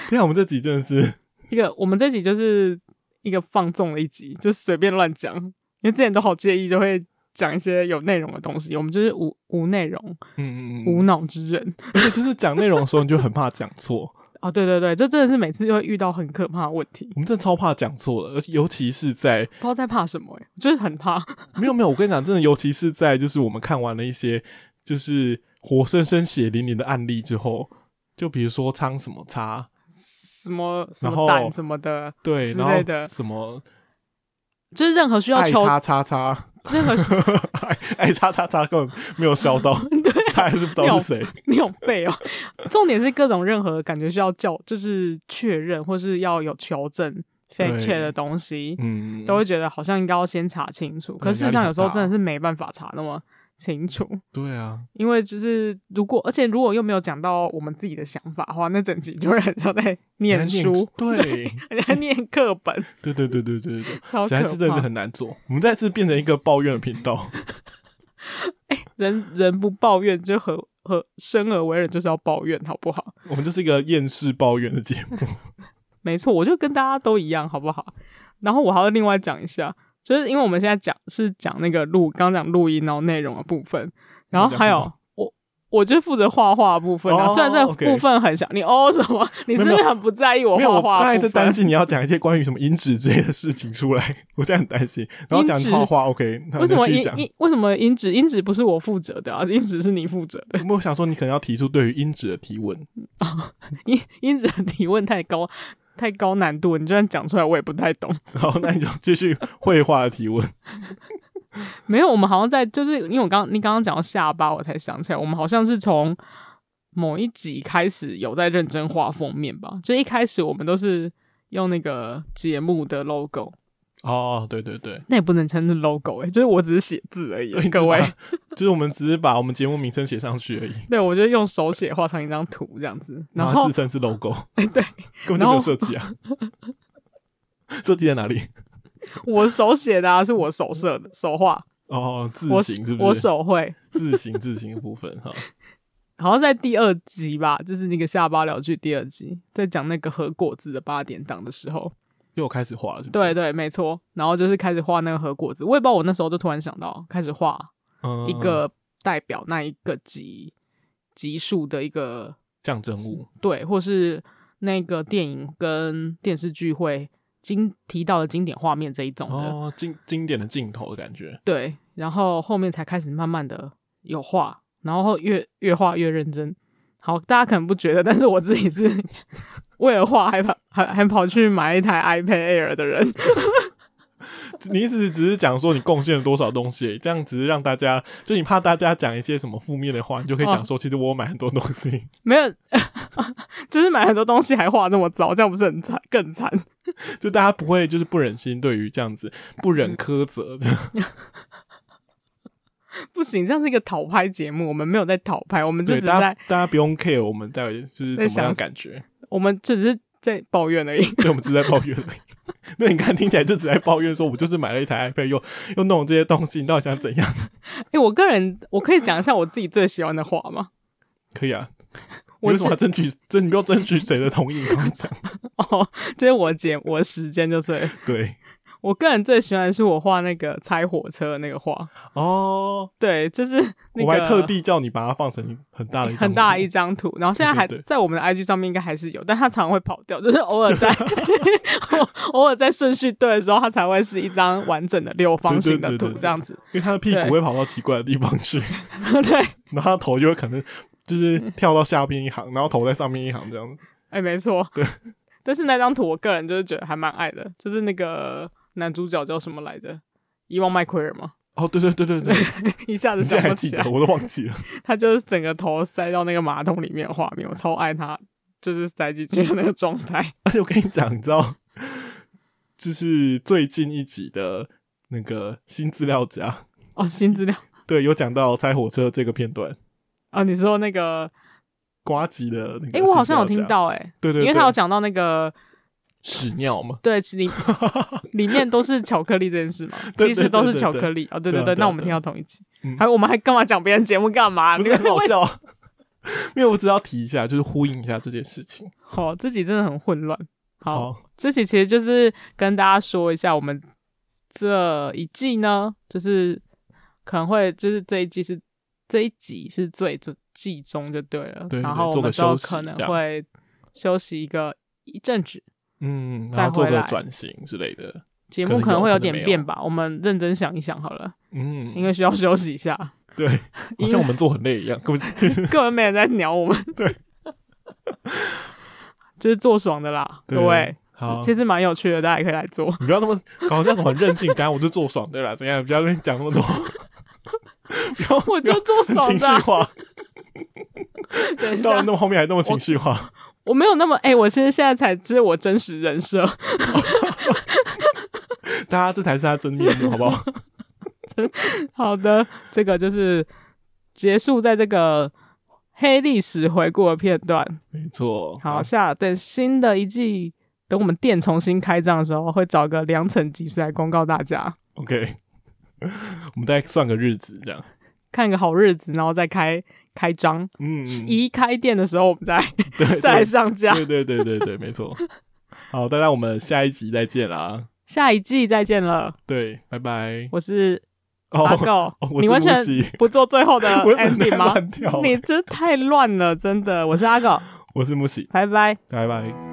Speaker 2: 对啊，我们这集真的是
Speaker 1: [LAUGHS] 一个我们这集就是一个放纵的一集，就随便乱讲，因为之前都好介意，就会讲一些有内容的东西，我们就是无无内容、
Speaker 2: 嗯嗯
Speaker 1: 无
Speaker 2: 嗯，
Speaker 1: 脑之人。
Speaker 2: 而且就是讲内容的时候，你就很怕讲错。
Speaker 1: 哦，对对对，这真的是每次就会遇到很可怕的问题，
Speaker 2: 我们真的超怕讲错的，而且尤其是在
Speaker 1: 不知道在怕什么、欸，就是很怕。
Speaker 2: 没有没有，我跟你讲，真的，尤其是在就是我们看完了一些就是活生生血淋淋的案例之后，就比如说苍什么叉，
Speaker 1: 什么什
Speaker 2: 然
Speaker 1: 么
Speaker 2: 后
Speaker 1: 蛋什么的，
Speaker 2: 对，
Speaker 1: 之
Speaker 2: 然
Speaker 1: 类
Speaker 2: 后
Speaker 1: 的
Speaker 2: 什么
Speaker 1: 就是任何需要
Speaker 2: 爱
Speaker 1: 求，
Speaker 2: 叉叉叉，
Speaker 1: 任何需
Speaker 2: 爱 [LAUGHS] 爱哎叉叉叉根本没有笑
Speaker 1: [LAUGHS]
Speaker 2: 到，他还是不知道是谁。
Speaker 1: 你有背哦。 [LAUGHS] 重点是各种任何感觉需要叫，就是确认或是要有求证、
Speaker 2: 对
Speaker 1: fact check 的东西，
Speaker 2: 嗯，
Speaker 1: 都会觉得好像应该要先查清楚，可
Speaker 2: 对
Speaker 1: 是事实上有时候
Speaker 2: 压力很大啊
Speaker 1: 真的是没办法查那么清楚，
Speaker 2: 对啊，
Speaker 1: 因为就是如果而且如果又没有讲到我们自己的想法的话，那整集就会很像在念
Speaker 2: [LAUGHS]
Speaker 1: 书， [LAUGHS]
Speaker 2: 对，
Speaker 1: 人家念课本，
Speaker 2: 对对对对对对对，
Speaker 1: 超可
Speaker 2: [LAUGHS] 实在是真的是
Speaker 1: 怕。
Speaker 2: 很难做。我们再次变成一个抱怨的频道， [LAUGHS]
Speaker 1: 人人不抱怨就和和生而为人就是要抱怨，好不好？
Speaker 2: 我们就是一个厌世抱怨的节目。
Speaker 1: 没错，我就跟大家都一样，好不好？然后我还要另外讲一下，就是因为我们现在讲是讲那个录，刚讲录音然后内容的部分，然后还
Speaker 2: 你要讲什
Speaker 1: 有
Speaker 2: 么
Speaker 1: 我。我就负责画画的部分啊
Speaker 2: 哦
Speaker 1: 虽然这部分很小，你哦什么？ [LAUGHS] 你是不
Speaker 2: 没
Speaker 1: 是
Speaker 2: 有
Speaker 1: 很不在意我
Speaker 2: 没有，
Speaker 1: 画
Speaker 2: 我刚
Speaker 1: 画的
Speaker 2: 才
Speaker 1: 部
Speaker 2: 在
Speaker 1: 分？
Speaker 2: 担心你 [LAUGHS] 要讲一些关于什么音质之类的事情出来，我现在很担心。然后讲
Speaker 1: 音质
Speaker 2: 画画，OK，那我
Speaker 1: 为什
Speaker 2: 就
Speaker 1: 么
Speaker 2: 继续
Speaker 1: 音
Speaker 2: 讲。
Speaker 1: 音为什么音质音质不是我负责的啊？音质是你负责的，
Speaker 2: 我想说，你可能要提出对于音质的提问。
Speaker 1: 音音质的提问太高太高难度，你就算讲出来我也不太懂。
Speaker 2: 好，那你就继续绘画的提问。
Speaker 1: [LAUGHS] 没有，我们好像在就是因为我刚你刚刚讲到下巴，我才想起来，我们好像是从某一集开始有在认真画封面吧？就一开始我们都是用那个节目的 logo，
Speaker 2: 哦，对对对，
Speaker 1: 那也不能称是 logo 哎、就是我只是写字 [LAUGHS] 而已
Speaker 2: 对，
Speaker 1: 各位，，
Speaker 2: [LAUGHS] 就是我们只是把我们节目名称写上去而已，
Speaker 1: 对我就用手写画成一张图这样子， [LAUGHS] 然
Speaker 2: 后
Speaker 1: 后
Speaker 2: 自称
Speaker 1: [LAUGHS]
Speaker 2: 是 logo，
Speaker 1: 对
Speaker 2: 根本就没有设计
Speaker 1: [LAUGHS]
Speaker 2: 啊。设计在哪里？ [LAUGHS]
Speaker 1: 我手写的啊，是我手设的手画，
Speaker 2: 哦，字
Speaker 1: 我
Speaker 2: 形是不
Speaker 1: 我
Speaker 2: 是？
Speaker 1: 手绘，
Speaker 2: 字形字形的部分哈。
Speaker 1: 好像在第二集吧，就是那个下巴聊剧第二集，在讲那个和果子的八点档的时候。
Speaker 2: 又开始画了，是不
Speaker 1: 对
Speaker 2: 是？
Speaker 1: 对，没错。然后就是开始画那个和果子，我也不知道我那时候就突然想到开始画
Speaker 2: 嗯
Speaker 1: 一个代表那一个集集数的一个
Speaker 2: 象征物，
Speaker 1: 对，或是那个电影跟电视剧会经提到的经典画面这一种的，
Speaker 2: 哦，经经典的镜头的感觉，
Speaker 1: 对。然后后面才开始慢慢的有画，然后越越画越认真。好，大家可能不觉得，但是我自己是 [LAUGHS] 为了画还跑还还跑去买一台 iPad Air 的人。
Speaker 2: 你只是只是讲说你贡献了多少东西而已，这样只是让大家，就你怕大家讲一些什么负面的话，你就可以
Speaker 1: 哦
Speaker 2: 讲说，其实我有买很多东西， [LAUGHS]
Speaker 1: 没有， [LAUGHS] 就是买很多东西还画这么糟，这样不是很惨更惨？ [LAUGHS]
Speaker 2: 就大家不会就是不忍心对于这样子不
Speaker 1: 嗯
Speaker 2: 忍苛责， [LAUGHS]
Speaker 1: 不行，这样是一个讨拍节目，我们没有在讨拍，我们就
Speaker 2: 对，
Speaker 1: 只是
Speaker 2: 大家
Speaker 1: 在，
Speaker 2: 大家不用 care 我们在就是
Speaker 1: 在
Speaker 2: 怎么
Speaker 1: 想
Speaker 2: 样
Speaker 1: 什
Speaker 2: 感觉，
Speaker 1: 我们就只是在抱怨而已。 [LAUGHS]
Speaker 2: 对，我们只是在抱怨而已。对，你看听起来就只在抱怨说，我就是买了一台 iPad，又又弄这些东西，你到底想怎样？
Speaker 1: 哎、我个人我可以讲一下我自己最喜欢的画吗？ [LAUGHS]
Speaker 2: 可以啊，你
Speaker 1: 我
Speaker 2: 为什么要
Speaker 1: 这
Speaker 2: 争取争？你不要争取谁的同意，你跟我讲。
Speaker 1: 哦，这是我剪我的时间就是了， [LAUGHS]
Speaker 2: 对，
Speaker 1: 我个人最喜欢的是我画那个拆火车的那个画，
Speaker 2: 哦，
Speaker 1: 对，就是那个
Speaker 2: 我还特地叫你把它放成很大的一张
Speaker 1: 很大
Speaker 2: 图
Speaker 1: 一张图，然后现在还
Speaker 2: 对对对
Speaker 1: 在我们的 IG 上面应该还是有，但它常常会跑掉，就是 [LAUGHS] 偶尔在 [LAUGHS] 偶偶尔在顺序对的时候，它才会是一张完整的六方形的
Speaker 2: 对对对
Speaker 1: 图
Speaker 2: 对对
Speaker 1: 这样子。 [LAUGHS]
Speaker 2: 因为他的屁
Speaker 1: 对
Speaker 2: 股会跑到奇怪的地方去，
Speaker 1: 对嗯
Speaker 2: 然后他的头就会可能就是跳到下边一行，然后头在上面一行这样子。
Speaker 1: 哎、没错，
Speaker 2: 对。
Speaker 1: 但是那张图，我个人就是觉得还蛮爱的，就是那个男主角叫什么来着？伊万麦奎尔吗？ [LAUGHS]
Speaker 2: 哦，对对对对对，
Speaker 1: 一下子
Speaker 2: 你现
Speaker 1: 想
Speaker 2: 在
Speaker 1: 不
Speaker 2: 还记
Speaker 1: 起
Speaker 2: 得
Speaker 1: 来，，
Speaker 2: 我都忘记了。
Speaker 1: 他就是整个头塞到那个马桶里面的画面，我超爱他，就是塞进去的那个状态。
Speaker 2: [LAUGHS] 而且我跟你讲，你知道，就是最近一集的那个新资料夹，
Speaker 1: 哦，新资料
Speaker 2: 对，有讲到拆火车这个片段，
Speaker 1: 啊、哦，你说那个，
Speaker 2: 瓜吉的那个。
Speaker 1: 哎、我好像有听，到、哎，
Speaker 2: 对对对，
Speaker 1: 因为他有讲到那个，
Speaker 2: 屎
Speaker 1: [LAUGHS]
Speaker 2: 尿嘛，
Speaker 1: 对，里里面都是巧克力这件事嘛，
Speaker 2: [LAUGHS] 对对
Speaker 1: 其实都是
Speaker 2: 对对
Speaker 1: 巧克力。哦，对
Speaker 2: 对
Speaker 1: 对
Speaker 2: 啊
Speaker 1: 对，
Speaker 2: 对啊
Speaker 1: 那我们
Speaker 2: 对啊
Speaker 1: 听到同一集，
Speaker 2: 嗯
Speaker 1: 还有我们还干嘛讲别人节目干嘛？
Speaker 2: 不
Speaker 1: 你
Speaker 2: 是
Speaker 1: 们
Speaker 2: 很好
Speaker 1: 为
Speaker 2: 笑啊。因为我只要提一下，就是呼应一下这件事情。
Speaker 1: [LAUGHS] 好，自己真的很混乱。好，
Speaker 2: 好，
Speaker 1: 这期其实就是跟大家说一下，我们这一季呢，就是可能会就是这一季是这一集是最最季中就对了，
Speaker 2: 对对
Speaker 1: 然后我
Speaker 2: 做
Speaker 1: 们
Speaker 2: 个
Speaker 1: 之后
Speaker 2: 休息
Speaker 1: 可能
Speaker 2: 这样
Speaker 1: 会休息一个一阵子，
Speaker 2: 嗯，
Speaker 1: 再
Speaker 2: 然后做
Speaker 1: 回
Speaker 2: 个
Speaker 1: 来
Speaker 2: 转型之类的，
Speaker 1: 节
Speaker 2: 可
Speaker 1: 目
Speaker 2: 能
Speaker 1: 可能
Speaker 2: 有
Speaker 1: 会
Speaker 2: 可能没
Speaker 1: 点
Speaker 2: 有
Speaker 1: 变吧，我们认真想一想好了，
Speaker 2: 嗯，
Speaker 1: 因为需要休息一下，
Speaker 2: 对，
Speaker 1: 因
Speaker 2: 好
Speaker 1: 为
Speaker 2: 像我们做很累一样，根本就
Speaker 1: [LAUGHS] 根本没人在鸟我们，
Speaker 2: 对，
Speaker 1: 就是做爽的啦，
Speaker 2: 对
Speaker 1: 各位，
Speaker 2: 好，
Speaker 1: 其实蛮有趣的，大家也可以来做。
Speaker 2: 你不要那么搞像什么任性， [LAUGHS] 刚刚我就做爽对啦，怎样？不要跟你讲
Speaker 1: [LAUGHS]
Speaker 2: 那么多，不要
Speaker 1: 我就做
Speaker 2: 很
Speaker 1: 爽
Speaker 2: 情
Speaker 1: 的啊
Speaker 2: 绪化， [LAUGHS]
Speaker 1: 等一
Speaker 2: 到了
Speaker 1: 下
Speaker 2: 那，么后面还那么情绪化，
Speaker 1: 我没有那么哎、我其实现在才知道我真实人设， [LAUGHS]
Speaker 2: 大家这才是他真面目，好
Speaker 1: [LAUGHS]
Speaker 2: 不好？
Speaker 1: 好的，这个就是结束在这个黑历史回顾的片段。
Speaker 2: 没错，
Speaker 1: 好，下等新的一季，等我们店重新开张的时候，会找个良辰吉时来公告大家，
Speaker 2: ，OK，我们再算个日子，这样，
Speaker 1: 看个好日子，然后再开开张。
Speaker 2: 嗯，
Speaker 1: 一开店的时候，我们再
Speaker 2: 对对
Speaker 1: 再来上架。
Speaker 2: 对对对对对，没错。好，大家我们下一集再见啦，
Speaker 1: 下一季再见了，
Speaker 2: 对，拜拜。
Speaker 1: 我是
Speaker 2: 哦
Speaker 1: 阿狗，
Speaker 2: 哦 [LAUGHS] 我
Speaker 1: 你
Speaker 2: 是
Speaker 1: 完全
Speaker 2: 巫师
Speaker 1: 不做最后的
Speaker 2: [LAUGHS] 我很
Speaker 1: ending 吗
Speaker 2: 乱跳？
Speaker 1: 你这太乱了，真的。我是阿狗，
Speaker 2: 我是木喜，
Speaker 1: 拜拜。
Speaker 2: 拜拜。